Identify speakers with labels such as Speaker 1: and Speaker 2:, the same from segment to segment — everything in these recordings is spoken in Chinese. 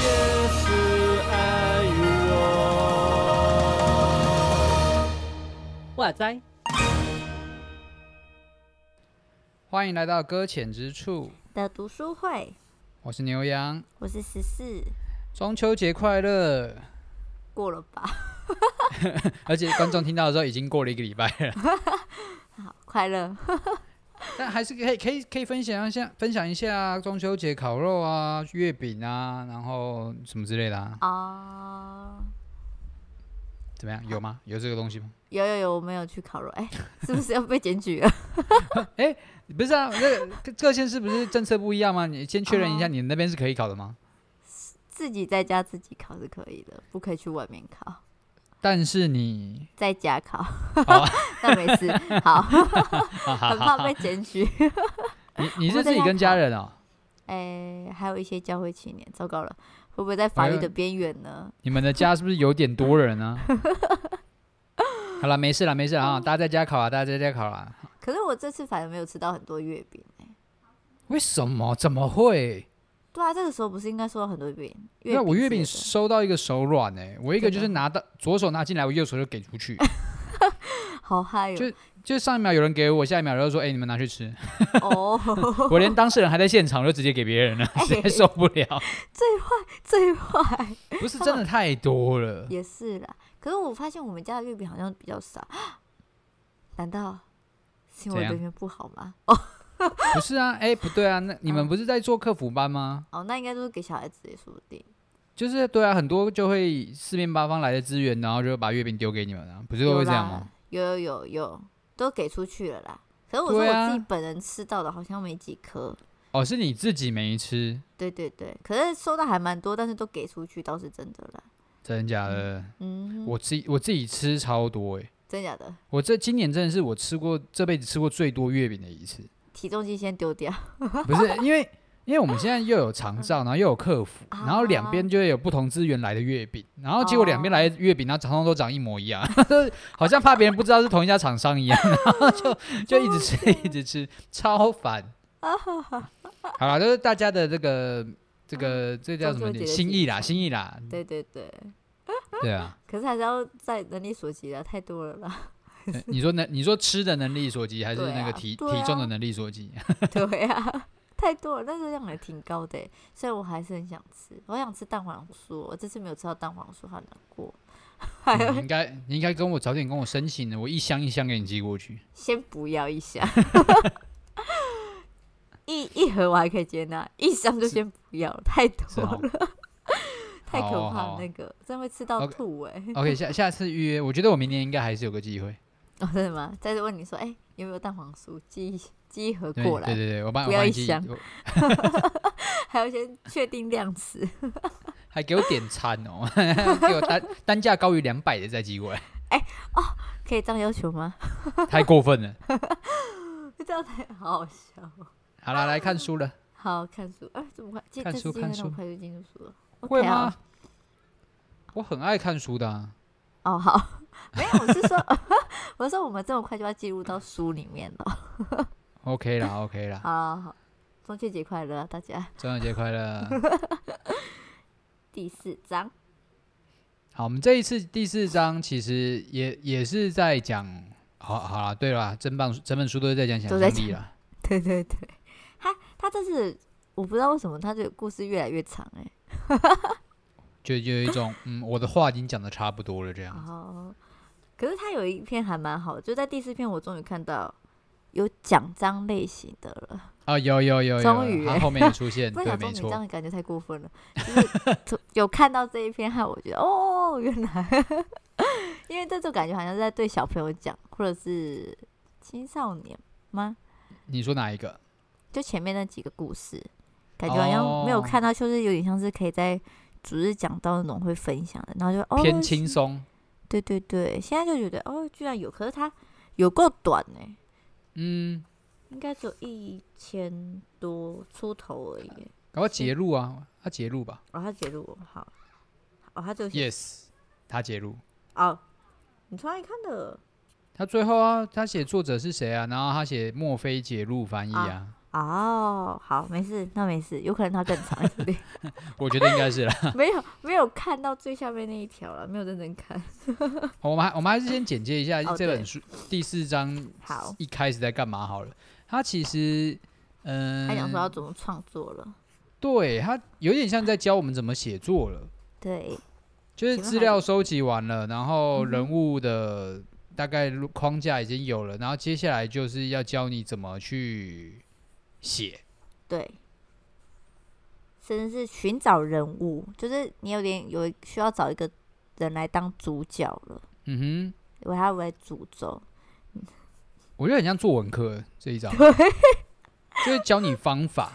Speaker 1: 也是爱我。哇塞！
Speaker 2: 欢迎来到搁浅之处，
Speaker 3: 的读书会，
Speaker 2: 我是牛羊，
Speaker 3: 我是十四，
Speaker 2: 中秋节快乐！
Speaker 3: 过了吧？
Speaker 2: 而且观众听到的时候已经过了一个礼拜 了，
Speaker 3: 好，快乐。
Speaker 2: 但还是可以可以可以分享一下分享一下啊中秋节烤肉啊、月饼啊，然后什么之类的啊，
Speaker 3: 啊、
Speaker 2: 怎么样？有吗？有这个东西吗？
Speaker 3: 有有有，我没有去烤肉，哎、是不是要被检举了？
Speaker 2: 不是啊，那个各县市不是政策不一样吗？你先确认一下，你那边是可以烤的吗？
Speaker 3: 自己在家自己烤是可以的，不可以去外面烤，
Speaker 2: 但是你
Speaker 3: 在家烤。
Speaker 2: 好啊
Speaker 3: 那没事，好，
Speaker 2: 哈哈
Speaker 3: 很
Speaker 2: 哈
Speaker 3: 怕
Speaker 2: 哈
Speaker 3: 被检举。
Speaker 2: 你你
Speaker 3: 我
Speaker 2: 是
Speaker 3: 们在
Speaker 2: 自己
Speaker 3: 家
Speaker 2: 跟家
Speaker 3: 烤
Speaker 2: 人哦，
Speaker 3: 哎、还有一些教会青年，糟糕了，会不会在法律
Speaker 2: 哎
Speaker 3: 的边缘呢？
Speaker 2: 你们的家是不是有点多人 啊？好了，没事了，没事
Speaker 3: 哦
Speaker 2: 了啊，大家在家烤啊，大家在家烤啊。
Speaker 3: 可是我这次反而没有吃到很多月饼、哎，
Speaker 2: 为什么？怎么会？
Speaker 3: 对啊，这个时候不是应该收到很多月饼？
Speaker 2: 因为我月饼
Speaker 3: 之类
Speaker 2: 收到一个手软呢、我一个就
Speaker 3: 真的
Speaker 2: 是拿到左手拿进来，我右手就给出 去，
Speaker 3: 的好嗨哟、
Speaker 2: 就上一秒有人给我，下一秒就说：“哎、你们拿去 吃。
Speaker 3: 哦，”
Speaker 2: 我连当事人还在现场，我就直接给别人了，实在受不了。
Speaker 3: 最坏。
Speaker 2: 不是真的太多了，
Speaker 3: 也是啦，可是我发现我们家的月饼好像比较少， 难道是因
Speaker 2: 怎
Speaker 3: 为
Speaker 2: 样
Speaker 3: 人缘不好吗？哦
Speaker 2: 不是啊？哎、不对啊，那你们
Speaker 3: 嗯
Speaker 2: 不是在做客服班吗？
Speaker 3: 哦，那应该就是给小孩子也说不定，
Speaker 2: 就是对啊，很多就会四面八方来的资源，然后就把月饼丢给你们啊，不是都
Speaker 3: 有
Speaker 2: 会这样
Speaker 3: 啦
Speaker 2: 吗？？
Speaker 3: 有有有有，都给出去了啦。可是我说
Speaker 2: 对
Speaker 3: 我自己
Speaker 2: 啊
Speaker 3: 本人吃到的好像没几颗，
Speaker 2: 哦，是你自己没吃，
Speaker 3: 对对对，可是收到还蛮多，但是都给出去倒是真的啦。
Speaker 2: 真的假的？
Speaker 3: 嗯哼，
Speaker 2: 我自己我自己吃超多哎、
Speaker 3: 真假的，
Speaker 2: 我这今年真的是我吃过这辈子吃过最多月饼的一 次，
Speaker 3: 体重计先丢掉。
Speaker 2: 不是因为因为我们现在又有长照，然后又有客服， 然后两边就会有不同资源来的月饼，然后结果两边来的月饼，然后长相都长一模一样， 就是好像怕别人不知道是同一家厂商一样，然后就就一直吃一直吃，超烦。哦好了，就是大家的这个这个这叫什么
Speaker 3: 中秋节的
Speaker 2: 心意啦，
Speaker 3: 精神
Speaker 2: 心意啦，
Speaker 3: 对对对，
Speaker 2: 对啊。
Speaker 3: 可是还是要在能力所及的，太多了啦。
Speaker 2: 呃 你说能你说吃的能力所及，还是
Speaker 3: 对啊
Speaker 2: 那个体、
Speaker 3: 对啊
Speaker 2: 体重的能力所 及？嗯
Speaker 3: 对啊，太多了，但热量也挺高的欸，虽然我还是很想吃，我想吃蛋黄酥，我这次没有吃到蛋黄酥，好难过。还
Speaker 2: 你
Speaker 3: 有，
Speaker 2: 应该你应该跟我早点跟我申请的，我一箱一箱给你寄过去。
Speaker 3: 先不要一箱， 一一盒我还可以接纳，一箱就先不要了，太
Speaker 2: 是
Speaker 3: 多
Speaker 2: 哦
Speaker 3: 了， 太可
Speaker 2: 好哦
Speaker 3: 怕
Speaker 2: 好
Speaker 3: 了
Speaker 2: 哦
Speaker 3: 那个，真的会吃到
Speaker 2: OK
Speaker 3: 吐哎、
Speaker 2: OK，下下次预约，我觉得我明年应该还是有个机会。
Speaker 3: 哦，真的吗？再次问你说，哎、有没有蛋黄酥？寄一寄一盒
Speaker 2: 对
Speaker 3: 过
Speaker 2: 对
Speaker 3: 来，
Speaker 2: 对对，我帮
Speaker 3: 不
Speaker 2: 我
Speaker 3: 要
Speaker 2: 帮你
Speaker 3: 一
Speaker 2: 寄，
Speaker 3: 箱
Speaker 2: 我
Speaker 3: 还要先确定量词。
Speaker 2: 还给我点餐哦， 给我单单价高于两百的再寄过来，
Speaker 3: 可以这样要求吗？
Speaker 2: 太过分了。
Speaker 3: 这样太好好笑哦。
Speaker 2: 好了，来看书了，
Speaker 3: 好看书，哎、怎么快？这
Speaker 2: 看
Speaker 3: 这
Speaker 2: 书
Speaker 3: 次今天
Speaker 2: 看
Speaker 3: 那
Speaker 2: 书
Speaker 3: 么快就进入书了？
Speaker 2: 会
Speaker 3: OK 啊
Speaker 2: 吗？？我很爱看书的啊、
Speaker 3: 哦，好，没有，我是说，我是说我们这么快就要进入到书里面了。
Speaker 2: OK 啦，OK 啦，
Speaker 3: 好好好，中秋节快乐啊，大家！
Speaker 2: 中秋节快乐。
Speaker 3: 第四章，
Speaker 2: 好，我们这一次第四章其实也也是在讲，好好了，对啦，整本整本书都是在讲想
Speaker 3: 都在
Speaker 2: 象力
Speaker 3: 讲
Speaker 2: 啦。
Speaker 3: 对对对，他他这次我不知道为什么他的故事越来越长哎、
Speaker 2: 就就有一种，嗯，我的话已经讲的差不多了，这样。
Speaker 3: 哦，可是他有一篇还蛮好的，就在第四篇我终于看到有奖章类型的了。
Speaker 2: 啊，有有有有，
Speaker 3: 终于
Speaker 2: 他
Speaker 3: 欸
Speaker 2: 后面也出 现，
Speaker 3: 不
Speaker 2: 对，
Speaker 3: 想
Speaker 2: 没
Speaker 3: 中你这样
Speaker 2: 错，
Speaker 3: 的感觉太过分了。就是从有看到这一篇，害我觉得哦，原来， 因为这种感觉好像是在对小朋友讲，或者是青少年吗？
Speaker 2: 你说哪一个？
Speaker 3: 就前面那几个故事，感觉好像
Speaker 2: 哦
Speaker 3: 没有看到，就是有点像是可以在主日讲到那种会分享的，然后就哦，
Speaker 2: 偏轻松，
Speaker 3: 对对对，现在就觉得哦，居然有，可是它有够短呢、
Speaker 2: 嗯，
Speaker 3: 应该只有一千多出头而已欸。
Speaker 2: 搞快截录啊，他截录吧
Speaker 3: 哦，他截录我好，哦，他就写
Speaker 2: ，yes，他截录，
Speaker 3: 哦，你从哪里看的？
Speaker 2: 他最后啊，他写作者是谁啊？然后他写墨菲解路翻译啊，
Speaker 3: 哦，好，没事，那没事，有可能它更长一 点，
Speaker 2: 我觉得应该是啦。
Speaker 3: 没有没有看到最下面那一条了，没有认真看。
Speaker 2: 我们还我们还是先简介一下
Speaker 3: 哦
Speaker 2: 这
Speaker 3: 对
Speaker 2: 本书第四章
Speaker 3: 好，
Speaker 2: 一开始在干嘛好了。他其实，嗯、
Speaker 3: 他讲说要怎么创作了，
Speaker 2: 对他有点像在教我们怎么写作了，
Speaker 3: 对，
Speaker 2: 就是
Speaker 3: 请问
Speaker 2: 资
Speaker 3: 还
Speaker 2: 料收集完了，然后人物的大概路框架已经有了，然后接下来就是要教你怎么去写。
Speaker 3: 对，甚至是寻找人物，就是你有点有需要找一个人来当主角了，
Speaker 2: 嗯哼，
Speaker 3: 我还为主轴，
Speaker 2: 我觉得很像作文课这 一章，就是教你方法。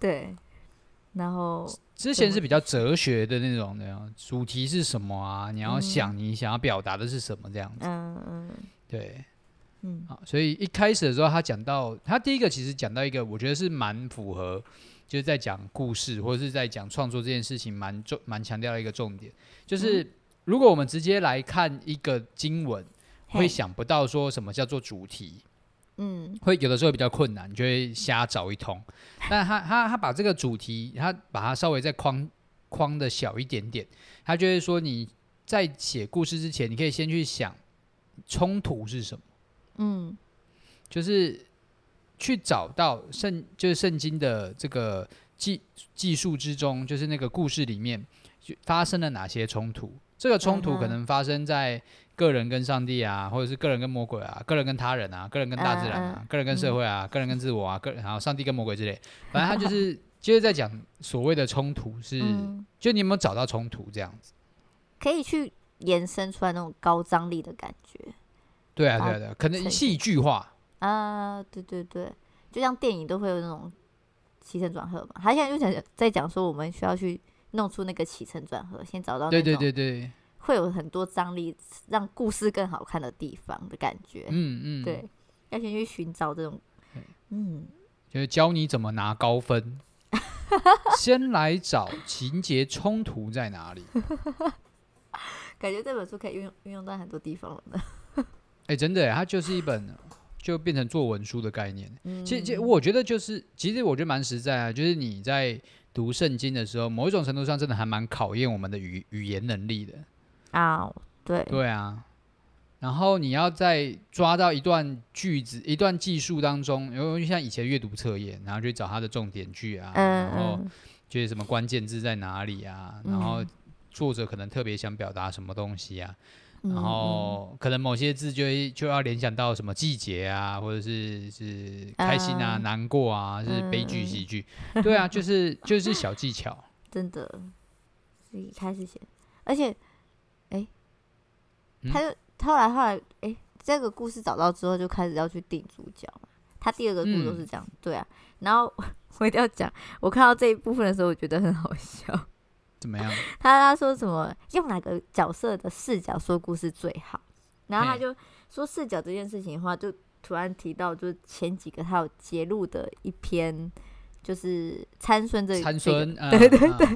Speaker 3: 对，然后
Speaker 2: 之前是比较哲学的那种那样，主题是什么啊？你要想你想要表达的是什么这样子。
Speaker 3: 嗯嗯
Speaker 2: 对，
Speaker 3: 嗯，
Speaker 2: 好，所以一开始的时候，他讲到他第一个其实讲到一个，我觉得是蛮符合，就是在讲故事或者是在讲创作这件事情，蛮重蛮强调的一个重点，就是
Speaker 3: 嗯
Speaker 2: 如果我们直接来看一个经文，会
Speaker 3: 嘿
Speaker 2: 想不到说什么叫做主题，
Speaker 3: 嗯
Speaker 2: 会有的时候比较困难，你就会瞎找一通。 但他他他把这个主题，他把它稍微再框框的小一点点，他就会说你在写故事之前，你可以先去想冲突是什么，
Speaker 3: 嗯
Speaker 2: 就是去找到圣就是圣经的这个技技术之中，就是那个故事里面就发生了哪些冲突。这个冲突可
Speaker 3: 嗯哼
Speaker 2: 能发生在个人跟上帝啊，或者是个人跟魔鬼啊，个人跟他人啊，个人跟大自然啊，
Speaker 3: 嗯
Speaker 2: 个人跟社会啊，个人跟自我啊，个人然后上帝跟魔鬼之类。反正他就是就是在讲所谓的冲突是，
Speaker 3: 嗯，
Speaker 2: 就你有没有找到冲突这样子？
Speaker 3: 可以去延伸出来那种高张力的感觉，
Speaker 2: 对啊，
Speaker 3: 把
Speaker 2: 对啊，对啊，可
Speaker 3: 呈
Speaker 2: 能
Speaker 3: 现
Speaker 2: 戏剧化，
Speaker 3: 啊，对对对，就像电影都会有那种起承转合嘛。他现在就想在讲说，我们需要去弄出那个起承转合，先找到
Speaker 2: 对
Speaker 3: 哦那
Speaker 2: 对
Speaker 3: 种
Speaker 2: 对对，
Speaker 3: 会有很多张力，让故事更好看的地方的感觉。
Speaker 2: 嗯嗯，，
Speaker 3: 对，要先去寻找这种，嗯，
Speaker 2: 就是教你怎么拿高 分。先来找情节冲突在哪 里？
Speaker 3: 感觉这本书可以运用运用到很多地方了呢。
Speaker 2: 哎，真的耶，它就是一本就变成作文书的概念。
Speaker 3: 嗯，
Speaker 2: 其实，其实我觉得就是，其实我觉得蛮实在啊，就是你在读圣经的时候，某一种程度上真的还蛮考验我们的语语言能力的。
Speaker 3: 啊，对，
Speaker 2: 对啊，然后你要在抓到一段句子、一段技术当中，尤其像以前阅读测验，然后去找它的重点句啊，
Speaker 3: 嗯
Speaker 2: 然后
Speaker 3: 嗯，
Speaker 2: 就是什么关键字在哪里啊，然后
Speaker 3: 嗯
Speaker 2: 作者可能特别想表达什么东西啊，
Speaker 3: 嗯
Speaker 2: 然
Speaker 3: 嗯
Speaker 2: 后可能某些字就会就要联想到什么季节啊，或者是是开心啊、
Speaker 3: 啊
Speaker 2: 难过啊，是悲
Speaker 3: 嗯
Speaker 2: 剧、
Speaker 3: 嗯
Speaker 2: 喜剧，对啊，就是就是小技巧。
Speaker 3: 真的是一开始写，而且，哎、
Speaker 2: 嗯
Speaker 3: 他就他后来后来，哎、这个故事找到之后，就开始要去定主角嘛。他第二个故事
Speaker 2: 嗯
Speaker 3: 都是这样，对啊。然后 我一定要讲，我看到这一部分的时候，我觉得很好笑。
Speaker 2: 怎么样？
Speaker 3: 他他说什么用哪个角色的视角说故事最好，然后他
Speaker 2: 嘿
Speaker 3: 就说视角这件事情的话，就突然提到就是前几个他有揭露的一篇，就是参孙这
Speaker 2: 参
Speaker 3: 这个
Speaker 2: 孙，嗯对对对，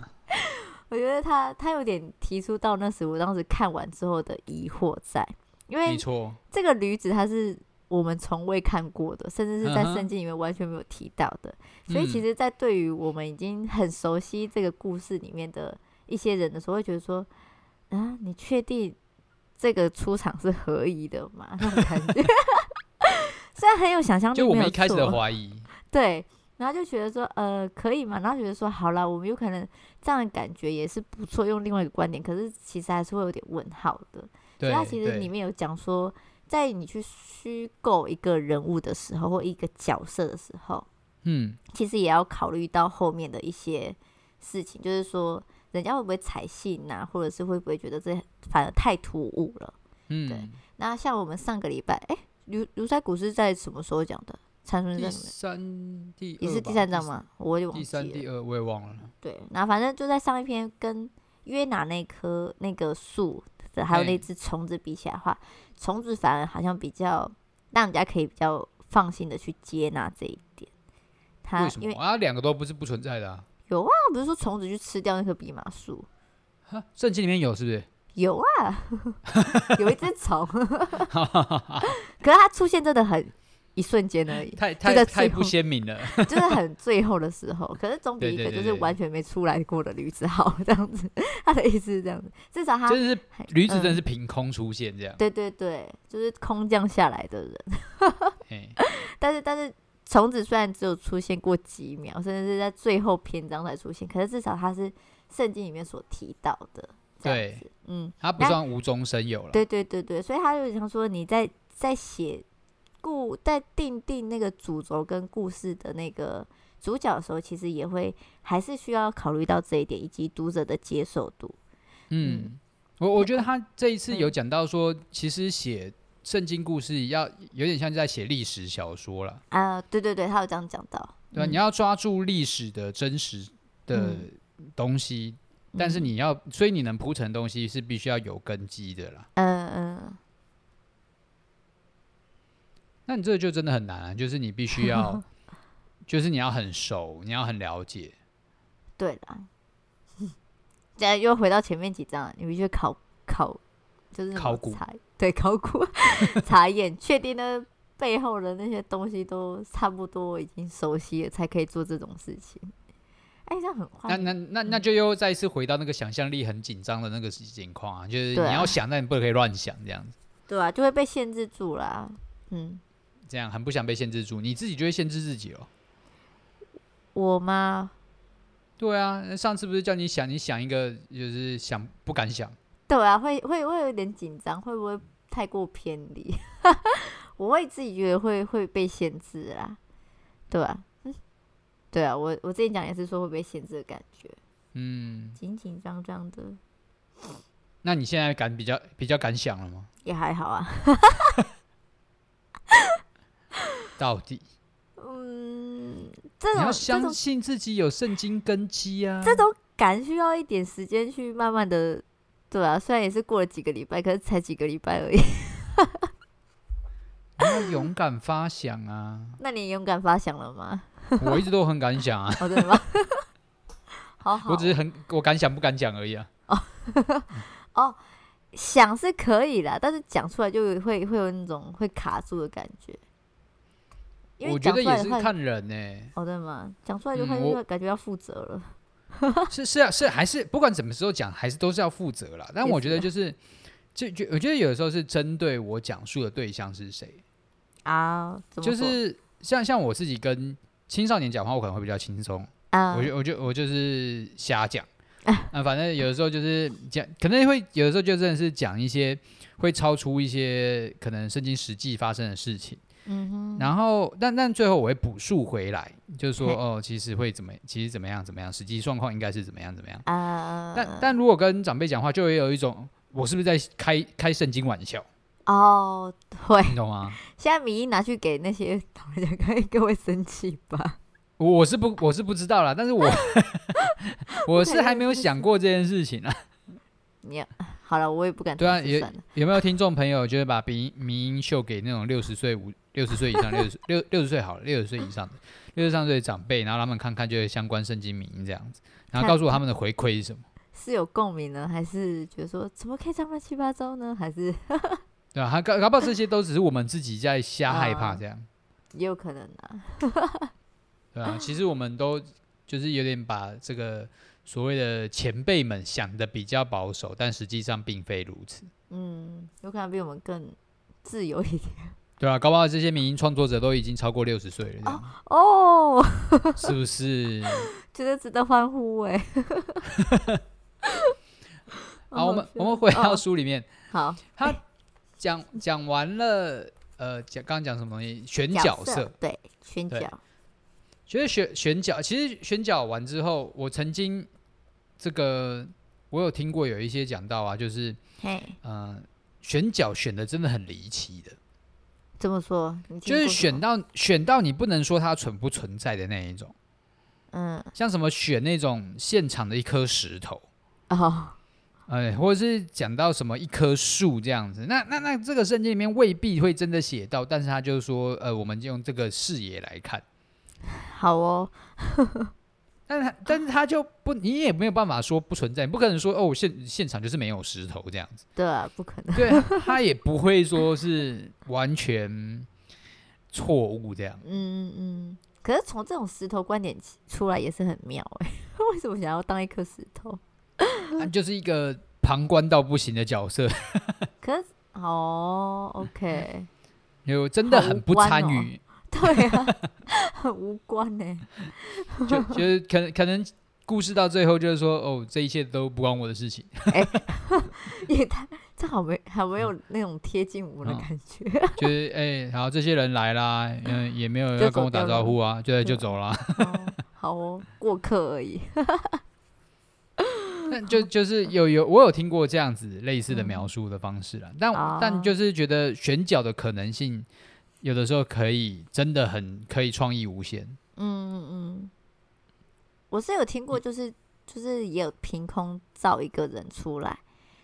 Speaker 3: 我觉得他他有点提出到那时我当时看完之后的疑惑在，因
Speaker 2: 没
Speaker 3: 为
Speaker 2: 错，
Speaker 3: 这个驴子它是我们从未看过的，甚至是
Speaker 2: 嗯
Speaker 3: 在
Speaker 2: 哼
Speaker 3: 圣经里面完全没有提到的，所以
Speaker 2: 嗯
Speaker 3: 其实，在对于我们已经很熟悉这个故事里面的一些人的时候，会觉得说啊，你确定这个出场是合宜的吗？那种感觉， 虽然很有想象力，
Speaker 2: 就我
Speaker 3: 没
Speaker 2: 们
Speaker 3: 有
Speaker 2: 一开始
Speaker 3: 错
Speaker 2: 的怀 疑，
Speaker 3: 对，然后就觉得说，呃，可以嘛？然后觉得说，好啦，我们有可能这样的感觉也是不错，用另外一个观点，可是其实还是会有点问号的。所
Speaker 2: 对
Speaker 3: 以它其实
Speaker 2: 对
Speaker 3: 里面有讲说，在你去虚构一个人物的时候，或一个角色的时候，
Speaker 2: 嗯，
Speaker 3: 其实也要考虑到后面的一些事情，就是说，人家会不会采信呐、或者是会不会觉得这反而太突兀了？
Speaker 2: 嗯，
Speaker 3: 那像我们上个礼拜，哎，卢卢塞古是在什么时候讲的？参孙在
Speaker 2: 第
Speaker 3: 什么？
Speaker 2: 三第
Speaker 3: 也
Speaker 2: 二
Speaker 3: 是第
Speaker 2: 吧
Speaker 3: 三章？吗？我有点忘
Speaker 2: 第
Speaker 3: 记了。
Speaker 2: 三、第二我也忘了。
Speaker 3: 对，然后反正就在上一篇跟约拿那棵那个树的还有
Speaker 2: 嘿
Speaker 3: 那只虫子比起来的话，虫子反而好像比较让人家可以比较放心的去接纳这一点。它
Speaker 2: 为什
Speaker 3: 因
Speaker 2: 么
Speaker 3: 为
Speaker 2: 啊？两个都不是不存在的啊，
Speaker 3: 有啊，不是说虫子去吃掉那棵蓖麻树，
Speaker 2: 哈 圣经里面有是不是？
Speaker 3: 有啊，有一只虫， 可是它出现真的很一瞬间而已，
Speaker 2: 太
Speaker 3: 这
Speaker 2: 太
Speaker 3: 个最
Speaker 2: 太不
Speaker 3: 后
Speaker 2: 鲜明了。
Speaker 3: 就是很最后的时候。可是总比
Speaker 2: 对
Speaker 3: 一
Speaker 2: 对
Speaker 3: 个
Speaker 2: 对
Speaker 3: 就是
Speaker 2: 对
Speaker 3: 完全没出来过的驴子好，这样子。他的意思是这样子，至少 他
Speaker 2: 就是
Speaker 3: 还
Speaker 2: 驴子真的
Speaker 3: 啊嗯
Speaker 2: 是凭空出现这样，
Speaker 3: 对对对，就是空降下来的人。
Speaker 2: 哎、
Speaker 3: 但是但是虫子虽然只有出现过几秒，甚至是在最后篇章才出现，可是至少它是圣经里面所提到的。这样
Speaker 2: 对
Speaker 3: 子，嗯，
Speaker 2: 他不
Speaker 3: 那
Speaker 2: 算无中生有了。
Speaker 3: 对对对对，所以他就想说你在在写故在定定那个主轴跟故事的那个主角的时候，其实也会还是需要考虑到这一点，以及读者的接受度。
Speaker 2: 嗯
Speaker 3: 嗯，
Speaker 2: 我我觉得他这一次有
Speaker 3: 嗯
Speaker 2: 讲到说，其实写圣经故事要有点像在写历史小说了，
Speaker 3: 啊、对对对，他有这样讲到，
Speaker 2: 对吧？
Speaker 3: 嗯
Speaker 2: 你要抓住历史的真实的
Speaker 3: 嗯
Speaker 2: 东西，但是
Speaker 3: 嗯
Speaker 2: 你要，所以你能铺成东西是必须要有根基的啦。
Speaker 3: 嗯嗯，
Speaker 2: 那你这个就真的很难、啊，就是你必须 要，就是你要很熟，你要很了解。
Speaker 3: 对啦， 这样又回到前面几章了，你必须考考，就是什么
Speaker 2: 考古
Speaker 3: 查对考古 查验，确定呢背后的那些东西都差不多已经熟悉了，才可以做这种事情。哎，这样很
Speaker 2: 那
Speaker 3: 快，
Speaker 2: 那那那
Speaker 3: 嗯
Speaker 2: 就又再一次回到那个想象力很紧张的那个情况啊，就是你
Speaker 3: 对啊
Speaker 2: 要想，但你不可以乱想，这样子，
Speaker 3: 对啊，就会被限制住啦。嗯，
Speaker 2: 这样很不想被限制住，你自己就会限制自己哦。
Speaker 3: 我吗？
Speaker 2: 对啊，那上次不是叫你想，你想一个就是想不敢想，
Speaker 3: 对啊，会会会有点紧张，会不会太过偏离？ 我会自己觉得会会被限制啊，对啊，嗯对啊，我我之前讲也是说会被限制的感觉，
Speaker 2: 嗯，
Speaker 3: 紧紧张张的
Speaker 2: 那你现在敢比较比较敢想了吗？
Speaker 3: 也还好啊，
Speaker 2: 到底
Speaker 3: 嗯，这
Speaker 2: 你
Speaker 3: 种
Speaker 2: 要
Speaker 3: 这
Speaker 2: 相
Speaker 3: 种
Speaker 2: 信自己有圣经根基啊，
Speaker 3: 这种感需要一点时间去慢慢的，对啊，虽然也是过了几个礼拜，可是才几个礼拜而已，
Speaker 2: 你要勇敢发想啊！
Speaker 3: 那你勇敢发想了吗？
Speaker 2: 我一直都很敢想啊，
Speaker 3: 哦，真的吗？好 好哦，
Speaker 2: 我只是很我敢想不敢讲而已啊。
Speaker 3: 想是可以啦，但是讲出来就有会会有那种会卡住的感觉。因为
Speaker 2: 我觉
Speaker 3: 讲出
Speaker 2: 得
Speaker 3: 来
Speaker 2: 也
Speaker 3: 的
Speaker 2: 是
Speaker 3: 话，
Speaker 2: 看人呢、
Speaker 3: 哦对吗？讲出来就
Speaker 2: 嗯
Speaker 3: 会
Speaker 2: 我
Speaker 3: 就会感觉要负责了。
Speaker 2: 是是啊是还是不管什么时候讲，还是都是要负责啦。但
Speaker 3: 也
Speaker 2: 我
Speaker 3: 是
Speaker 2: 觉得就是，就就我觉得有的时候是针对我讲述的对象是谁，
Speaker 3: 啊，怎么
Speaker 2: 就
Speaker 3: 说
Speaker 2: 是像像我自己跟青少年讲话，我可能会比较轻松，
Speaker 3: 啊
Speaker 2: 我，就我就我就是瞎讲。啊，反正有的时候就是讲，可能会有的时候就真的是讲一些会超出一些可能甚至实际发生的事情，
Speaker 3: 嗯哼，
Speaker 2: 然后但但最后我会补述回来，就是说
Speaker 3: 嘿
Speaker 2: 哦，其实会怎么，其实怎么样怎么样，实际状况应该是怎么样怎么样。
Speaker 3: 啊，
Speaker 2: 但但如果跟长辈讲话，就会有一种我是不是在开开圣经玩笑，
Speaker 3: 哦会，
Speaker 2: 你懂吗？
Speaker 3: 现在米一拿去给那些老人家看，应 该会生气吧？
Speaker 2: 我我是不我是不知道啦，但是我 我是还没有想过这件事情啊。
Speaker 3: 你要好了，我也不敢
Speaker 2: 对啊，
Speaker 3: 尝试
Speaker 2: 有
Speaker 3: 算了
Speaker 2: 有没有听众朋友就是把鼻迷音秀给那种六十岁五六十岁以上六十六六十岁好了，六十岁以上的六十三岁的长辈，然后他们看看就是相关圣经名音这样子，然后告诉我他们的回馈是什么，
Speaker 3: 是有共鸣呢，还是觉得说怎么可以这么乱七八糟呢？还是
Speaker 2: 对吧、啊？搞搞不好这些都只是我们自己在瞎害怕
Speaker 3: 啊
Speaker 2: 这样。
Speaker 3: 也有可能啊，
Speaker 2: 对啊，其实我们都就是有点把这个所谓的前辈们想的比较保守，但实际上并非如此。
Speaker 3: 嗯，有可能比我们更自由一点。
Speaker 2: 对啊，搞不好这些民音创作者都已经超过六十岁了这样，
Speaker 3: 哦，
Speaker 2: 是不 是？
Speaker 3: 觉得值得欢呼哎、
Speaker 2: 好，我们
Speaker 3: 好
Speaker 2: 我们回到
Speaker 3: 哦
Speaker 2: 书里面，
Speaker 3: 好
Speaker 2: 他讲讲完了，呃，讲刚刚讲什么东西？选角色，
Speaker 3: 对选
Speaker 2: 对
Speaker 3: 角，
Speaker 2: 觉得选选角，其实选角完之后，我曾经这个我有听过有一些讲到啊，就是
Speaker 3: 嘿，
Speaker 2: 呃，选角选的真的很离奇的。
Speaker 3: 这么说，你听
Speaker 2: 就是
Speaker 3: 过什
Speaker 2: 选
Speaker 3: 么，
Speaker 2: 到选到你不能说它存不存在的那一种，
Speaker 3: 嗯，
Speaker 2: 像什么选那种现场的一颗石头，
Speaker 3: 哦，
Speaker 2: 哎，或者是讲到什么一棵树这样子，那那那这个圣经里面未必会真的写到，但是他就是说，呃，我们就用这个视野来看，
Speaker 3: 好哦，
Speaker 2: 但是他但是他就不，你也没有办法说不存在，你不可能说哦现现场就是没有石头这样子，
Speaker 3: 对啊，不可能，
Speaker 2: 对，他也不会说是完全错误这样。
Speaker 3: 嗯嗯嗯。可是从这种石头观点起出来也是很妙哎、 为什么想要当一颗石头？
Speaker 2: 啊就是一个旁观到不行的角色，
Speaker 3: 可是哦，OK，
Speaker 2: 就真的很不参
Speaker 3: 哦
Speaker 2: 与，
Speaker 3: 对啊， 很无关呢、欸
Speaker 2: 就就是可能可能故事到最后就是说，哦，这一切都不关我的事 情。
Speaker 3: 也太这好没好没有那种贴近我的
Speaker 2: 嗯
Speaker 3: 感觉。
Speaker 2: 就是哎，好，这些人来啦，嗯，也没有人
Speaker 3: 就
Speaker 2: 要跟我
Speaker 3: 走
Speaker 2: 打
Speaker 3: 掉了
Speaker 2: 招呼啊，对，
Speaker 3: 对
Speaker 2: 就
Speaker 3: 啊
Speaker 2: 走啦。
Speaker 3: 哦，好哦，过客而已。
Speaker 2: 但就就是有有我有听过这样子类似的描述的方式啦，但
Speaker 3: 哦
Speaker 2: 但就是觉得选角的可能性，有的时候可以真的很可以创意无限。
Speaker 3: 嗯嗯嗯，我是有听过，就是就是也有凭空造一个人出来，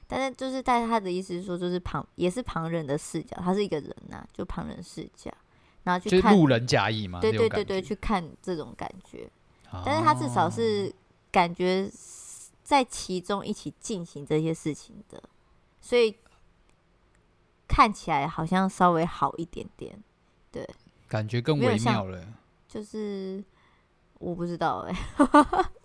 Speaker 3: 但是就是在他的意思是说，就是旁也是旁人的视角，他是一个人呐、就旁人视角，然后
Speaker 2: 就
Speaker 3: 去
Speaker 2: 是
Speaker 3: 看，
Speaker 2: 路人甲乙嘛，
Speaker 3: 对
Speaker 2: 这种
Speaker 3: 对
Speaker 2: 感
Speaker 3: 对
Speaker 2: 觉
Speaker 3: 对，，去看这种感觉。
Speaker 2: 哦
Speaker 3: 但是他至少是感觉是在其中一起进行这些事情的，所以看起来好像稍微好一点点。
Speaker 2: 感觉更
Speaker 3: 没有
Speaker 2: 微
Speaker 3: 像
Speaker 2: 妙了，
Speaker 3: 就是我不知道哎、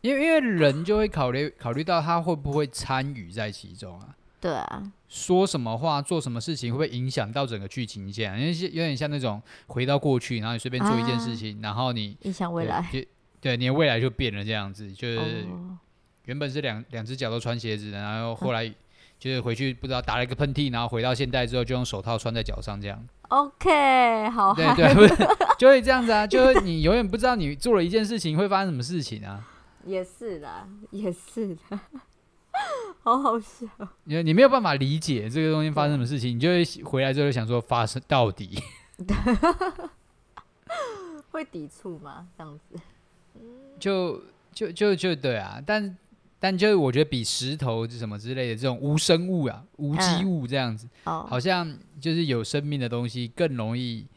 Speaker 2: 因为因为人就会考虑考虑到他会不会参与在其中啊，
Speaker 3: 对啊，
Speaker 2: 说什么话，做什么事情，会不会影响到整个剧情线啊？因为是有点像那种回到过去，然后你随便做一件事
Speaker 3: 啊
Speaker 2: 情，然后你
Speaker 3: 影响未
Speaker 2: 对
Speaker 3: 来。
Speaker 2: 就对你的未来就变了这样子，就是
Speaker 3: 哦，
Speaker 2: 原本是两两只脚都穿鞋子的，然后后
Speaker 3: 啊
Speaker 2: 来就是回去不知道打了一个喷嚏，然后回到现代之后就用手套穿在脚上这样。
Speaker 3: OK，好
Speaker 2: 对对，不是就会这样子啊，就会你永远不知道你做了一件事情会发生什么事情啊，
Speaker 3: 也是啦，也是啦， 好好笑。
Speaker 2: 因为你没有办法理解这个东西发生什么事情，你就会回来之后就想说发生到底。
Speaker 3: 会抵触吗？这样子？
Speaker 2: 就就就就对啊，但但就是我觉得比石头什么之类的这种无生物啊、无机
Speaker 3: 嗯
Speaker 2: 物这样子，
Speaker 3: 哦，
Speaker 2: 好像就是有生命的东西更容易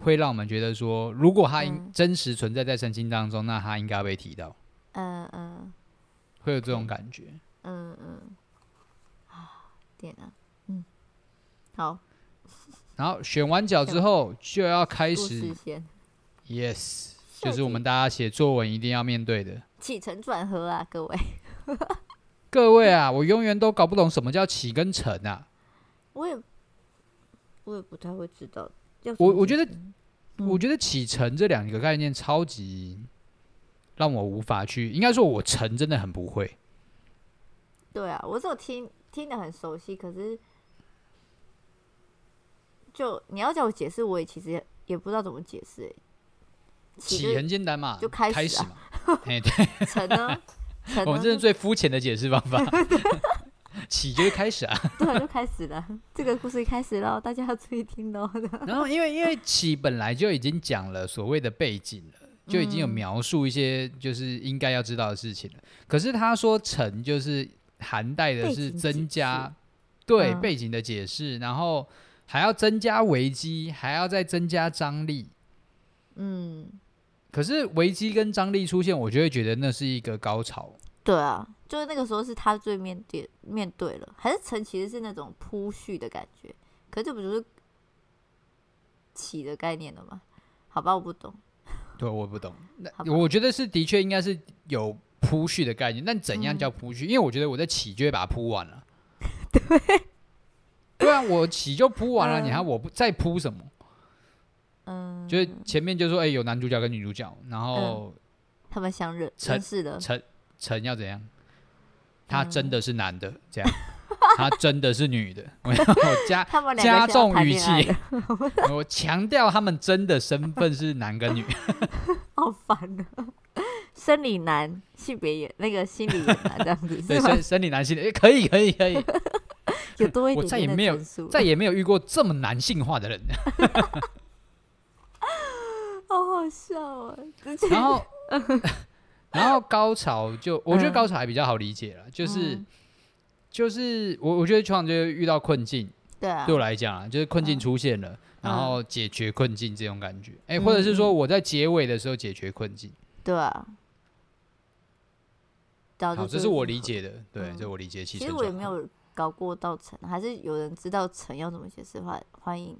Speaker 2: 会让我们觉得说，如果它应
Speaker 3: 嗯
Speaker 2: 真实存在在圣经当中，那它应该要被提到，
Speaker 3: 嗯嗯
Speaker 2: 会有这种感觉。
Speaker 3: 嗯嗯，啊，天啊，嗯，好，
Speaker 2: 然后选完角之后，就要开
Speaker 3: 故事
Speaker 2: 始
Speaker 3: 线
Speaker 2: ，yes，
Speaker 3: 设
Speaker 2: 就是我
Speaker 3: 计
Speaker 2: 们大家写作文一定要面对的。
Speaker 3: 起承转合啊，各位，
Speaker 2: 各位啊，我永远都搞不懂什么叫起跟承啊！
Speaker 3: 我也我也不太会知道。要
Speaker 2: 我
Speaker 3: 什么
Speaker 2: 我
Speaker 3: 起
Speaker 2: 觉得
Speaker 3: 承嗯
Speaker 2: 我觉得起承这两个概念超级让我无法去，应该说我承真的很不会。
Speaker 3: 对啊，我只有听听的很熟悉，可是就你要叫我解释，我也其实也也不知道怎么解释、欸。
Speaker 2: 起很简单嘛，
Speaker 3: 就开始啊
Speaker 2: 嘛。哎， 对，
Speaker 3: 就是 成呢？
Speaker 2: 我
Speaker 3: 成呢
Speaker 2: 们这是最肤浅的解释方 法。起就是开始啊，
Speaker 3: 就对啊，就开始了。这个故事开始了，大家要注意听 喽。
Speaker 2: 然后因为因为起本来就已经讲了所谓的背景了，就已经有
Speaker 3: 嗯
Speaker 2: 描述一些就是应该要知道的事情了。可是他说成就是涵盖的
Speaker 3: 背
Speaker 2: 是
Speaker 3: 景解
Speaker 2: 增加对
Speaker 3: 嗯
Speaker 2: 背景的解释，然后还要增加危机，还要再增加张力。
Speaker 3: 嗯，
Speaker 2: 可是危机跟张力出现，我就会觉得那是一个高潮。
Speaker 3: 对啊，就是那个时候是他最面对面对了，还是成其实是那种铺叙的感觉，可是这不就是起的概念了吗？好吧，我不懂。
Speaker 2: 对，我不懂。那
Speaker 3: 好吧
Speaker 2: 我觉得是的确应该是有铺叙的概念，但怎
Speaker 3: 嗯
Speaker 2: 样叫铺叙？因为我觉得我在起就会把它铺完 了。对，对啊，我起就铺完了，你还我不再铺什么？
Speaker 3: 嗯，
Speaker 2: 就是前面就说，哎、有男主角跟女主角，然后
Speaker 3: 他们相认
Speaker 2: 成
Speaker 3: 认识的，
Speaker 2: 陈陈、要怎样？
Speaker 3: 嗯
Speaker 2: 他真的是男的，这样。他真的是女的， 我要加
Speaker 3: 他们两
Speaker 2: 加
Speaker 3: 个是要
Speaker 2: 重
Speaker 3: 谈
Speaker 2: 语
Speaker 3: 恋爱
Speaker 2: 气
Speaker 3: 的，，
Speaker 2: 我强调他们真的身份是男 跟女。
Speaker 3: 好烦啊！生理男，性别也那个心理也男这样子
Speaker 2: 对，
Speaker 3: 是吗？
Speaker 2: 生生理男性的，哎、可以，可以，可以。
Speaker 3: 有多一
Speaker 2: 我
Speaker 3: 点
Speaker 2: 再也
Speaker 3: 点的
Speaker 2: 没有
Speaker 3: 陈述，
Speaker 2: 再也没有遇过这么男性化 的人。
Speaker 3: 好好笑啊！之前
Speaker 2: 然 后，然后高潮就我觉得
Speaker 3: 嗯
Speaker 2: 高潮还比较好理解了，就是、
Speaker 3: 嗯
Speaker 2: 就是我我觉得通常就是遇到困境，
Speaker 3: 对啊
Speaker 2: 对，我来讲啊，就是困境
Speaker 3: 嗯
Speaker 2: 出现了，然后解决困境这种感觉，哎、或者是说
Speaker 3: 嗯
Speaker 2: 我在结尾的时候解决困境。
Speaker 3: 对啊，早就
Speaker 2: 好，这
Speaker 3: 就是
Speaker 2: 我理。解的，对，
Speaker 3: 嗯
Speaker 2: 这我理解。其
Speaker 3: 其实我也没有搞过到成，还是有人知道成要怎么解释的话，欢迎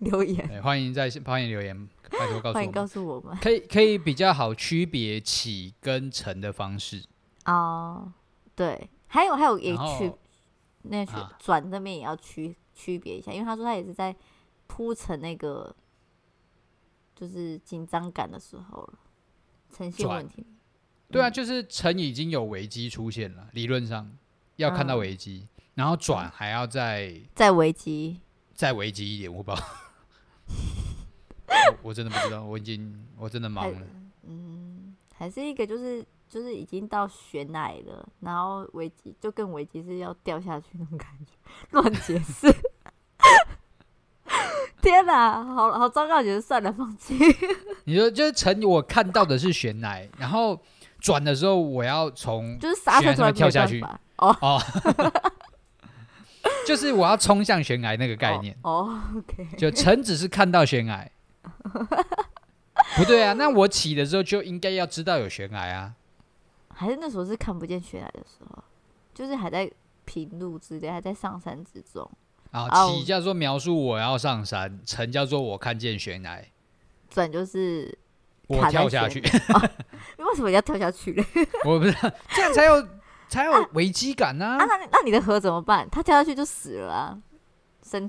Speaker 3: 留言，
Speaker 2: 对，欢迎在 欢迎留言，拜托告诉
Speaker 3: 欢
Speaker 2: 我
Speaker 3: 迎告
Speaker 2: 们，
Speaker 3: 诉我们
Speaker 2: 可以可以比较好区别起跟成的方式。
Speaker 3: 哦。对，还有还有也
Speaker 2: 然后
Speaker 3: 去那去
Speaker 2: 啊
Speaker 3: 转那边也要区区别一下，因为他说他也是在铺陈那个就是紧张感的时候了，呈现
Speaker 2: 转
Speaker 3: 问题。
Speaker 2: 对啊，
Speaker 3: 嗯
Speaker 2: 就是成已经有危机出现了，理论上要看到
Speaker 3: 嗯
Speaker 2: 危机，然后转还要再
Speaker 3: 在危机，
Speaker 2: 再危机一点，我不知道。 我我真的不知道，我已经我真的忙了。
Speaker 3: 嗯，还是一个就是就是已经到悬崖了，然后危机就更危机是要掉下去那种感觉， 乱解释。 天哪，好好糟糕，觉得算了，放弃。
Speaker 2: 你说就是成，我看到的是悬崖，然后转的时候我要从
Speaker 3: 就是刹车
Speaker 2: 悬崖上
Speaker 3: 突然
Speaker 2: 面
Speaker 3: 没
Speaker 2: 跳
Speaker 3: 有
Speaker 2: 下
Speaker 3: 办
Speaker 2: 去
Speaker 3: 法
Speaker 2: 哦，就是我要冲向悬崖那个概念。
Speaker 3: 哦。哦，OK，
Speaker 2: 就成只是看到悬 崖，不对啊，那我起的时候就应该要知道有悬崖啊。
Speaker 3: 还是那时候是看不见悬崖的时候，啊就是还在平路之类，还在上山之中，
Speaker 2: 啊，
Speaker 3: 哦
Speaker 2: 起叫做描述我要上山，成叫做我看见悬崖，
Speaker 3: 转就是
Speaker 2: 我
Speaker 3: 卡在
Speaker 2: 跳下去
Speaker 3: 悬。为什么要跳下去嘞？
Speaker 2: 我不是这样才有才有危机感啊
Speaker 3: 啊，。那你那你的河怎么办？他跳下去就死了啊，升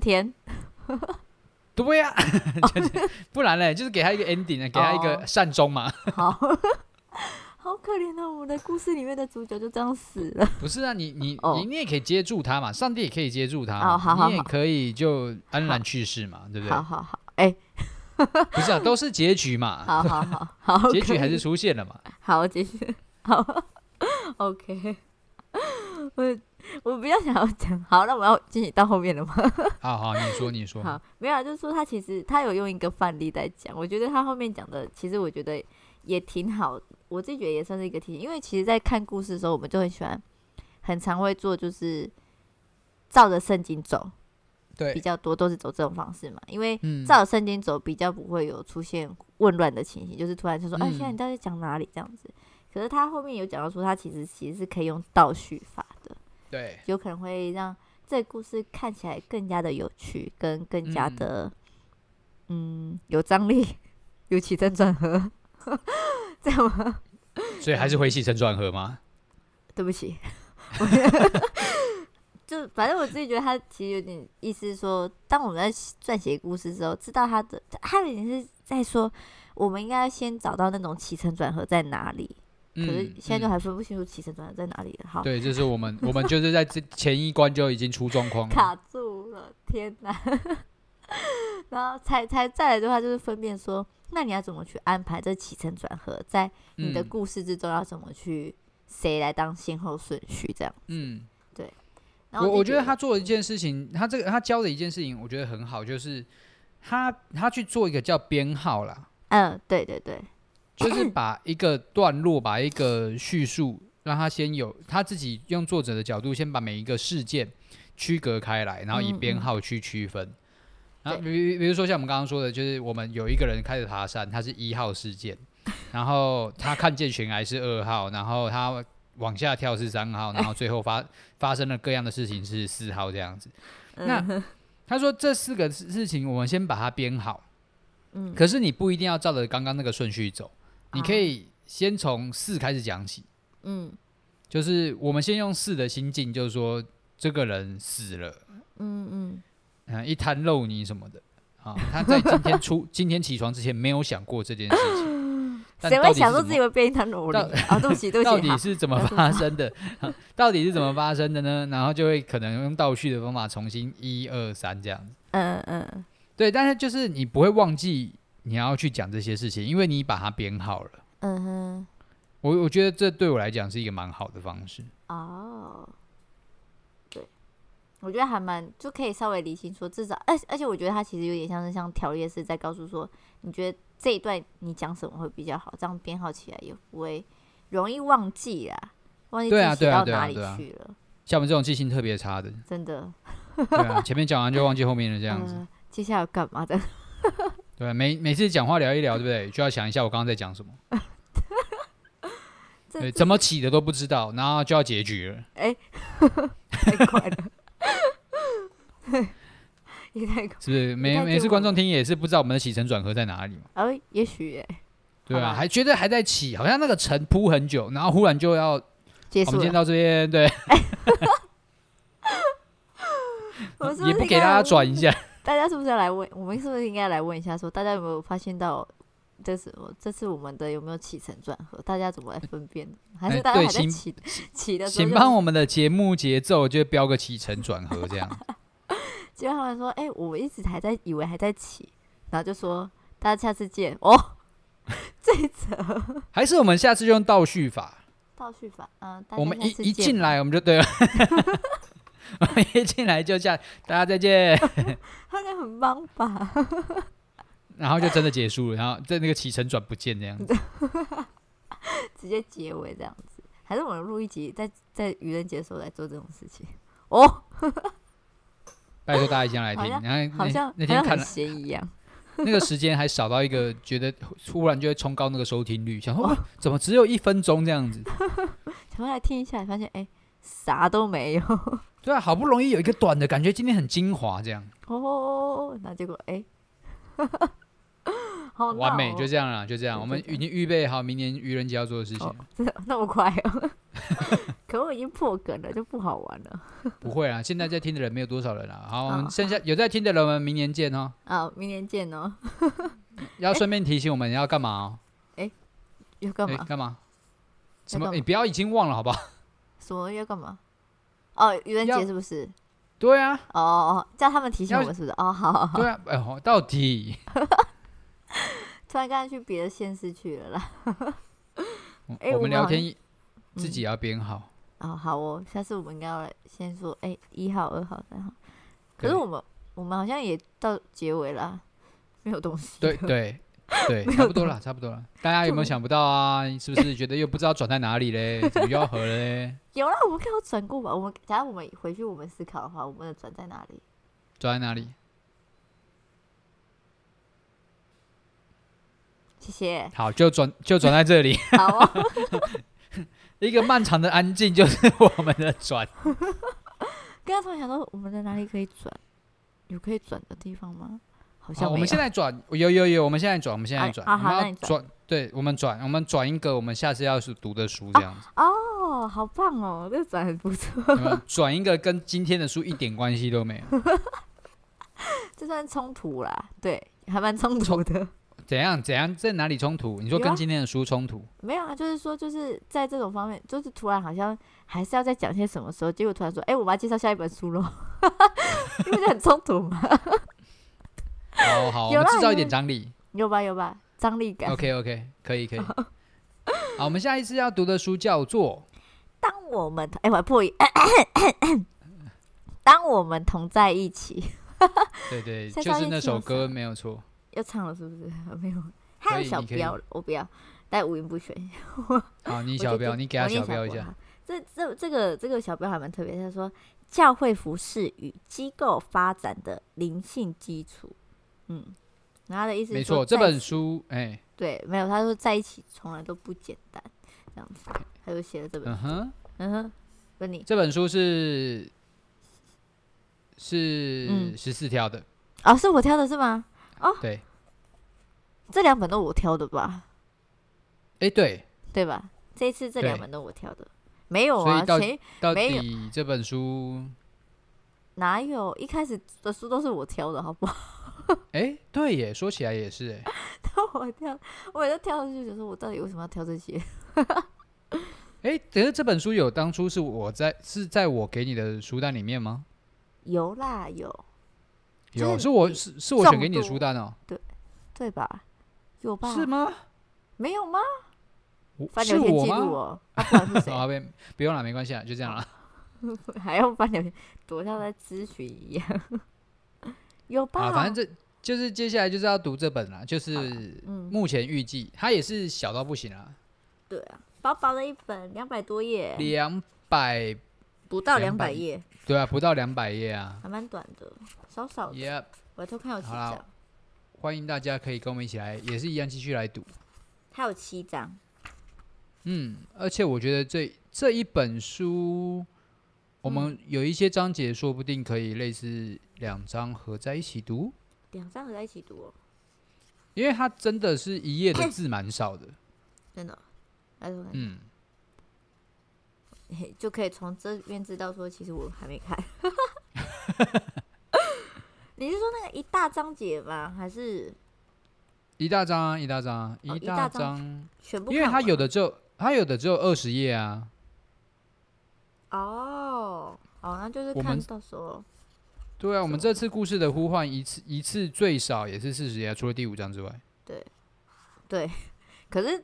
Speaker 3: 天。
Speaker 2: 对呀、啊， 就是不然嘞，就是给他一个 ending 啊，给他一
Speaker 3: 哦
Speaker 2: 个善终嘛。
Speaker 3: 好， 好可怜哦！我们的故事里面的主角就这样死了。
Speaker 2: 不是啊，你你
Speaker 3: 哦
Speaker 2: 你你也可以接住他嘛，上帝也可以接住他
Speaker 3: 哦好
Speaker 2: 嘛，
Speaker 3: 好
Speaker 2: 你也
Speaker 3: 好
Speaker 2: 可以就安然去世嘛，对不对
Speaker 3: 好？好好，哎、
Speaker 2: 不是啊，都是结局嘛，
Speaker 3: 好好好好，
Speaker 2: 啊 结局
Speaker 3: 可
Speaker 2: 还
Speaker 3: 以
Speaker 2: 是出现了嘛。
Speaker 3: 好，结局 好，OK。我我比较想要讲，好，那我要进行到后面了吗？
Speaker 2: 好好，你说你说。
Speaker 3: 好，没有啊，就是说他其实他有用一个范例在讲，我觉得他后面讲的，其实我觉得也挺好，我自己觉得也算是一个提醒，因为其实，在看故事的时候，我们就很喜欢，很常会做就是照着圣经走，比
Speaker 2: 对，
Speaker 3: 较多都是走这种方式嘛，因为
Speaker 2: 嗯
Speaker 3: 照着圣经走比较不会有出现混乱的情形，就是突然就说，哎、
Speaker 2: 嗯
Speaker 3: 现在你到底讲哪里这样子？可是他后面有讲到说，他其实其实是可以用倒叙法的，
Speaker 2: 对，
Speaker 3: 有可能会让这个故事看起来更加的有趣，跟更加
Speaker 2: 嗯
Speaker 3: 的嗯有张力，有起承转合， 这样吗？
Speaker 2: 所以还是回起承转合吗？
Speaker 3: 对不起， 我就反正我自己觉得他其实有点意思是说，当我们在撰写故事之后，知道他的他有点是在说，我们应该先找到那种起承转合在哪里。可
Speaker 2: 嗯，
Speaker 3: 是现在就
Speaker 2: 嗯
Speaker 3: 还分不清楚起承转合在哪里了，好
Speaker 2: 对，这是我们 我们就是在这前一关就已经出状况了。
Speaker 3: 卡住了，天哪！ 然后才才再来的话，就是分辨说，那你要怎么去安排这起承转合，在你的
Speaker 2: 嗯
Speaker 3: 故事之中要怎么去，谁来当先后顺序这样。
Speaker 2: 嗯，
Speaker 3: 然后
Speaker 2: 我我
Speaker 3: 就
Speaker 2: 觉得他做的一件事情，他这个他教的一件事情，我觉得很好，就是他他去做一个叫编号啦，
Speaker 3: 嗯，对对对，
Speaker 2: 就是把一个段落，把一个叙述，让他先有他自己用作者的角度，先把每一个事件区隔开来，然后以
Speaker 3: 嗯
Speaker 2: 编
Speaker 3: 嗯
Speaker 2: 号去区分。然后
Speaker 3: 对
Speaker 2: 比比比如说像我们刚刚说的，就是我们有一个人开始爬山，他是一号事 件，然后他看见悬崖是二号，然后他往下跳是三号，然后最后发发生了各样的事情是四号这样子。那
Speaker 3: 嗯
Speaker 2: 他说这四个事事情我们先把它编好，
Speaker 3: 嗯
Speaker 2: 可是你不一定要照着刚刚那个顺序走，你可以先从四开始讲起，
Speaker 3: 嗯
Speaker 2: 就是我们先用四的心境，就是说这个人死了，
Speaker 3: 嗯嗯
Speaker 2: 嗯，一滩肉泥什么的啊，他在今天出 今天起床之前没有想过这件事情， 但
Speaker 3: 谁
Speaker 2: 到
Speaker 3: 会
Speaker 2: 底是
Speaker 3: 想说
Speaker 2: 怎
Speaker 3: 自己
Speaker 2: 么
Speaker 3: 会变成萝莉
Speaker 2: 到
Speaker 3: 啊？对不起，对不
Speaker 2: 到
Speaker 3: 起，
Speaker 2: 底
Speaker 3: 好，
Speaker 2: 是怎么
Speaker 3: 不要吐槽
Speaker 2: 发生的、 啊到底是怎么发生的呢？ 然后就会可能用倒叙的方法重新一二三这样子。
Speaker 3: 嗯嗯
Speaker 2: 对，但是就是你不会忘记你要去讲这些事情，因为你把它编好了。
Speaker 3: 嗯哼，
Speaker 2: 我我觉得这对我来讲是一个蛮好的方式。
Speaker 3: 哦，对，我觉得还蛮就可以稍微理清说，至少，而而且我觉得他其实有点像是像条列式在告诉说，你觉得这一段你讲什么会比较好，这样编号起来也不会容易忘记啦，忘记自
Speaker 2: 对啊
Speaker 3: 己
Speaker 2: 对
Speaker 3: 写
Speaker 2: 啊
Speaker 3: 到
Speaker 2: 对啊
Speaker 3: 哪里
Speaker 2: 对啊
Speaker 3: 去了，
Speaker 2: 像我们这种记性特别差的，
Speaker 3: 真的，
Speaker 2: 对 啊，前面讲完就忘记后面的这样子。
Speaker 3: 呃，接下来要干嘛的？
Speaker 2: 对，啊每每次讲话聊一聊，对不对？就要想一下我刚刚在讲 什么，
Speaker 3: 这
Speaker 2: 对，
Speaker 3: 这
Speaker 2: 怎么起的都不知道，然后就要结局了。
Speaker 3: 哎、太快了， 也太恐，
Speaker 2: 是不是？
Speaker 3: 太
Speaker 2: 每
Speaker 3: 久
Speaker 2: 每次观众听也是不知道我们的起承转合在哪里嘛，
Speaker 3: 哦，也许耶
Speaker 2: 对
Speaker 3: 好
Speaker 2: 啊，
Speaker 3: 吧
Speaker 2: 还觉得还在起，好像那个尘铺很久，然后忽然就要
Speaker 3: 结
Speaker 2: 我
Speaker 3: 束
Speaker 2: 们今天
Speaker 3: 了。
Speaker 2: 到这边， 对，
Speaker 3: 我是
Speaker 2: 也
Speaker 3: 是
Speaker 2: 不
Speaker 3: 应
Speaker 2: 给
Speaker 3: 该
Speaker 2: 大家
Speaker 3: 来
Speaker 2: 转一 下，
Speaker 3: 大家是不是要来问？我们是不是应该来问一下说大家有没有发现到这次我这次我们的有没有起承转合？大家怎么来分辨的？还
Speaker 2: 哎
Speaker 3: 是大家
Speaker 2: 对
Speaker 3: 还在
Speaker 2: 请
Speaker 3: 起起的时候
Speaker 2: 请
Speaker 3: 就，
Speaker 2: 帮我们的节目节奏就标个起承转合这 样。
Speaker 3: 就他们说，哎、我一直还在以为还在起，然后就说大家下次见哦。这一则
Speaker 2: 还是我们下次就用倒叙法，
Speaker 3: 倒叙法，嗯、大家
Speaker 2: 我们一
Speaker 3: 下次
Speaker 2: 一
Speaker 3: 见
Speaker 2: 进来我们就对了， 我们一进来就下大家再见，
Speaker 3: 他就很帮吧？
Speaker 2: 然后就真的结束了，然后在那个起承转不见这样 子。
Speaker 3: 直接结尾这样子，还是我们录一集，在在愚人节的时候来做这种事情哦，
Speaker 2: 拜托大家一定要来
Speaker 3: 好
Speaker 2: 听，
Speaker 3: 像
Speaker 2: 然后
Speaker 3: 好
Speaker 2: 那
Speaker 3: 像
Speaker 2: 那
Speaker 3: 好
Speaker 2: 天
Speaker 3: 像
Speaker 2: 看
Speaker 3: 很
Speaker 2: 了
Speaker 3: 邪一样。
Speaker 2: 那个时间还少到一个，觉得突然就会冲高那个收听率，想
Speaker 3: 哦
Speaker 2: 说哇怎么只有一分钟这样子？
Speaker 3: 想要来听一下，发现哎、啥都没有
Speaker 2: 对啊，好不容易有一个短的感觉，今天很精华这样。
Speaker 3: 哦，那结果哎，好闹哦
Speaker 2: 完美，就这样了，就这样。
Speaker 3: 对
Speaker 2: 我们
Speaker 3: 就这
Speaker 2: 已
Speaker 3: 样
Speaker 2: 经预备好明年愚人节要做的事情
Speaker 3: 哦
Speaker 2: 了。
Speaker 3: 真的那么快哦。 可我已经破梗了，就不好玩了
Speaker 2: 不会啦，现在在听的人没有多少人啦。好，
Speaker 3: 哦
Speaker 2: 我们剩下有在听的人，我们明年见哦。
Speaker 3: 啊！明年见哦，
Speaker 2: 要顺便提醒我们要干嘛哦？
Speaker 3: 要干
Speaker 2: 诶
Speaker 3: 嘛？
Speaker 2: 干嘛？什
Speaker 3: 要
Speaker 2: 么？
Speaker 3: 干嘛
Speaker 2: 你不要已经忘了好不 好？
Speaker 3: 什么要干嘛？哦，愚人
Speaker 2: 要
Speaker 3: 节是不是？
Speaker 2: 对啊，
Speaker 3: 哦哦，哦，叫他们提醒
Speaker 2: 要
Speaker 3: 我们是不是？哦，好好好，
Speaker 2: 对啊。哎呦，到底
Speaker 3: 突然刚才去别的县市去了啦。 诶
Speaker 2: 我们
Speaker 3: 我们
Speaker 2: 聊
Speaker 3: 好像
Speaker 2: 天自己也要编好。
Speaker 3: 哦，好哦，下次我们应该要来先说，哎、一号、二号、三号。可
Speaker 2: 对
Speaker 3: 是我们我们好像也到结尾啦，没有东西。
Speaker 2: 对，对 对，
Speaker 3: 没有
Speaker 2: 差不多了，差不多了。大家有没有
Speaker 3: 对
Speaker 2: 想不到啊？你是不是觉得又不知道转在哪里嘞？怎么又要合了嘞？
Speaker 3: 有啦，我们刚好转过吧。我们假如我们回去我们思考的话，我们的转在哪里？
Speaker 2: 转在哪里？。
Speaker 3: 谢谢
Speaker 2: 好，就转就转在这里。
Speaker 3: 好哦，
Speaker 2: 一个漫长的安静就是我们的转。
Speaker 3: 刚刚突然想到，我们在哪里可以转？有可以转的地方吗？好像
Speaker 2: 好，
Speaker 3: 没
Speaker 2: 哦
Speaker 3: 有。
Speaker 2: 我们现在转，有有有，我们现在转，我们现在转，我
Speaker 3: 啊啊好
Speaker 2: 们
Speaker 3: 那
Speaker 2: 要
Speaker 3: 你转
Speaker 2: 转，对，我们转，我们转一个我们下次要是读的书这样 子，
Speaker 3: 哦，好棒哦，这个转很不错，
Speaker 2: 有没有转一个跟今天的书一点关系都没有。
Speaker 3: 这算冲突啦，对，还蛮冲突的。
Speaker 2: 怎样怎样，在哪里冲突？你说
Speaker 3: 有
Speaker 2: 跟
Speaker 3: 啊
Speaker 2: 今天的书冲突？
Speaker 3: 没有啊，就是说，就是在这种方面，就是突然好像还是要再讲些什么时候，结果突然说，哎、我们要介绍下一本书喽， 因为就很冲突嘛，
Speaker 2: 好好，我
Speaker 3: 有
Speaker 2: 们
Speaker 3: 啦
Speaker 2: 制造一
Speaker 3: 有
Speaker 2: 点张力。
Speaker 3: 有吧有啊吧，张力感。
Speaker 2: OK OK，可以 可以。好，我们下一次要读的书叫做
Speaker 3: 当我们哎、我还破音， 当我们同在一起，
Speaker 2: 对对，
Speaker 3: 下
Speaker 2: 就
Speaker 3: 次
Speaker 2: 是
Speaker 3: 要
Speaker 2: 那
Speaker 3: 一起有
Speaker 2: 首歌
Speaker 3: 啥
Speaker 2: 没有错。
Speaker 3: 要唱了是不是？没有，还
Speaker 2: 可
Speaker 3: 有
Speaker 2: 以
Speaker 3: 小
Speaker 2: 你可以
Speaker 3: 标了，我不要，但五音不全。
Speaker 2: 好，你
Speaker 3: 我
Speaker 2: 小
Speaker 3: 就
Speaker 2: 标，
Speaker 3: 跟
Speaker 2: 你给他
Speaker 3: 我念
Speaker 2: 小标一
Speaker 3: 过
Speaker 2: 下。
Speaker 3: 哈。这这这个这个小标还蛮特别，他说教会服饰与机构发展的灵性基础，嗯，然后他的意思是
Speaker 2: 没
Speaker 3: 说
Speaker 2: 错，这
Speaker 3: 在
Speaker 2: 本书，哎，
Speaker 3: 对没有，他说在一起从来都不简单，这样子，他就写了这本
Speaker 2: 嗯
Speaker 3: 书，
Speaker 2: 哼。
Speaker 3: 嗯哼，问你
Speaker 2: 这本书是是
Speaker 3: 嗯
Speaker 2: 十四条的，
Speaker 3: 哦，是我挑的是吗？
Speaker 2: 对，
Speaker 3: 这两本都我挑的吧，
Speaker 2: 哎对，
Speaker 3: 对吧？这一次这两
Speaker 2: 对
Speaker 3: 本都我挑的，没有
Speaker 2: 所以
Speaker 3: 啊，
Speaker 2: 到
Speaker 3: 前
Speaker 2: 到
Speaker 3: 没有
Speaker 2: 底这本书，
Speaker 3: 哪有一开始的书都是我挑的，好不好？
Speaker 2: 哎对耶，说起来也是哎，
Speaker 3: 都我挑，我也就挑了，就觉得说我到底为什么要挑这些？
Speaker 2: 哎，可是这本书有当初是我在是在我给你的书单里面吗？
Speaker 3: 有啦，有，就是
Speaker 2: 有，
Speaker 3: 你
Speaker 2: 是我是是我选
Speaker 3: 中
Speaker 2: 给你的
Speaker 3: 毒
Speaker 2: 书单哦，
Speaker 3: 对吧？有吧？
Speaker 2: 是？吗？
Speaker 3: 没有吗？
Speaker 2: 我
Speaker 3: 翻
Speaker 2: 是
Speaker 3: 聊天
Speaker 2: 我
Speaker 3: 记录
Speaker 2: 吗？
Speaker 3: 哦，啊、不然是
Speaker 2: 好
Speaker 3: 谁？
Speaker 2: 呗，不用了，没关系了，就这样了。
Speaker 3: 还要翻聊天，多像在咨询一样。 有吧？
Speaker 2: 啊，反正这就是接下来就是要读这本啦，就是
Speaker 3: 嗯
Speaker 2: 目前预计它也是小到不行啦，
Speaker 3: 对啊，薄薄的一本，两百多页，
Speaker 2: 两百
Speaker 3: 不到两
Speaker 2: 200
Speaker 3: 百页，
Speaker 2: 对啊，不到两百页啊。
Speaker 3: 还蛮短的，少少的。
Speaker 2: Yep，
Speaker 3: 我偷看有七
Speaker 2: 好啦
Speaker 3: 章，
Speaker 2: 欢迎大家可以跟我们一起来，也是一样继续来读。
Speaker 3: 它有七章。
Speaker 2: 嗯，而且我觉得这这一本书，我们有一些章节说不定可以类似两章合在一起读，
Speaker 3: 两张合在一起读、哦，
Speaker 2: 因为它真的是一页的字蛮少 的。
Speaker 3: 真的。来说看，
Speaker 2: 嗯，
Speaker 3: 嘿就可以从这边知道说，其实我还没 看。你是说那个一大章节吗？还是
Speaker 2: 一大张啊，一大张啊，
Speaker 3: 哦一
Speaker 2: 大
Speaker 3: 大
Speaker 2: 张，
Speaker 3: 全部看
Speaker 2: 因
Speaker 3: 完？
Speaker 2: 为它有的只有它有的只有二十页啊。
Speaker 3: 哦哦，那就是
Speaker 2: 我
Speaker 3: 看
Speaker 2: 们
Speaker 3: 到时候
Speaker 2: 对啊，我们
Speaker 3: 是
Speaker 2: 这次故事的呼唤一次一次最少也是四十页啊，除了第五章之外。
Speaker 3: 对。可是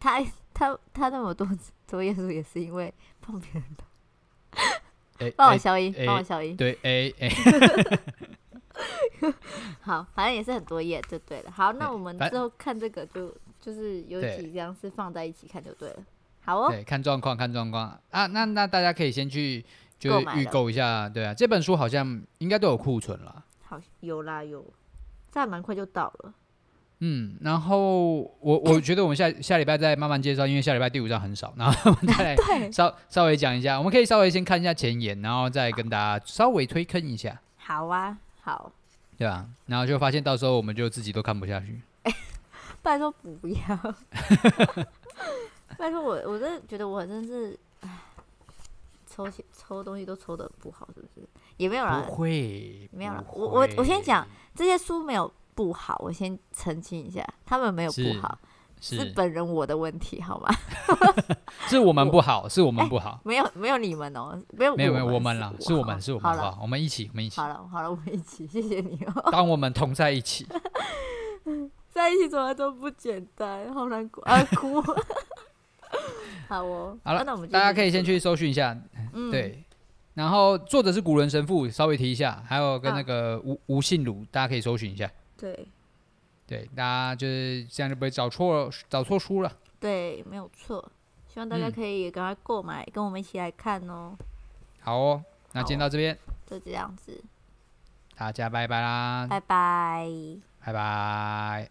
Speaker 3: 他他他那么多作业数，也是因为碰别人的。
Speaker 2: 哎、
Speaker 3: 帮我
Speaker 2: 哎
Speaker 3: 消音，
Speaker 2: 哎
Speaker 3: 帮我消音。
Speaker 2: 对，哎、哎、
Speaker 3: 好，反正也是很多页就对了。好，
Speaker 2: 哎
Speaker 3: 那我们
Speaker 2: 反
Speaker 3: 之后看这个就就是有
Speaker 2: 对
Speaker 3: 几张是放在一起看就对了。好哦，
Speaker 2: 对，看状况，看状况啊。那那大家可以先去就
Speaker 3: 购
Speaker 2: 是
Speaker 3: 买
Speaker 2: 预
Speaker 3: 了
Speaker 2: 购一下，对啊，这本书好像应该都有库存啦。
Speaker 3: 好有啦有，这还蛮快就到了。
Speaker 2: 嗯，然后我我觉得我们下下礼拜再慢慢介绍，因为下礼拜第五章很少，然后我们再来
Speaker 3: 对，
Speaker 2: 稍稍微讲一下，我们可以稍微先看一下前言，然后再跟大家稍微推坑一下，
Speaker 3: 好啊，好，
Speaker 2: 对吧、然后就发现到时候我们就自己都看不下去。
Speaker 3: 拜托不要，拜托我，我真的觉得我真是，唉，抽血抽东西都抽的不好，是不是？也没有啦
Speaker 2: 不，会，
Speaker 3: 啊没有啦
Speaker 2: 不
Speaker 3: 我我我先
Speaker 2: 会
Speaker 3: 讲，这些书没有不好，我先澄清一下，他们没有不
Speaker 2: 是
Speaker 3: 好，是
Speaker 2: 是
Speaker 3: 本人我的问题，好吗？
Speaker 2: 是我们
Speaker 3: 我
Speaker 2: 不好，是我们不好，
Speaker 3: 没有没有你们哦、没有
Speaker 2: 没有没有
Speaker 3: 我
Speaker 2: 我们啦，是我们是我们
Speaker 3: 好
Speaker 2: 不
Speaker 3: 了
Speaker 2: 好，我们一起我们一起
Speaker 3: 好，了好了，我们一起，谢谢你哦、
Speaker 2: 当我们同在一起。
Speaker 3: 在一起从来都不简单，好难过啊，哭。 好哦，
Speaker 2: 好了
Speaker 3: 啊那我们就
Speaker 2: 大家可以
Speaker 3: 继续
Speaker 2: 先去搜寻一下，
Speaker 3: 说，嗯，
Speaker 2: 对。然后作者是古人神父，稍微提一下，还有跟
Speaker 3: 啊
Speaker 2: 那个吴吴信儒，大家可以搜寻一下。
Speaker 3: 对
Speaker 2: 对，大家就是这样就不会找错找错书了。
Speaker 3: 对，没有错。希望大家
Speaker 2: 嗯
Speaker 3: 可以赶快购买，跟我们一起来看哦。
Speaker 2: 好哦，那今天
Speaker 3: 好
Speaker 2: 到这边，
Speaker 3: 就这样子，
Speaker 2: 嗯大家拜拜啦，
Speaker 3: 拜拜。
Speaker 2: 拜拜。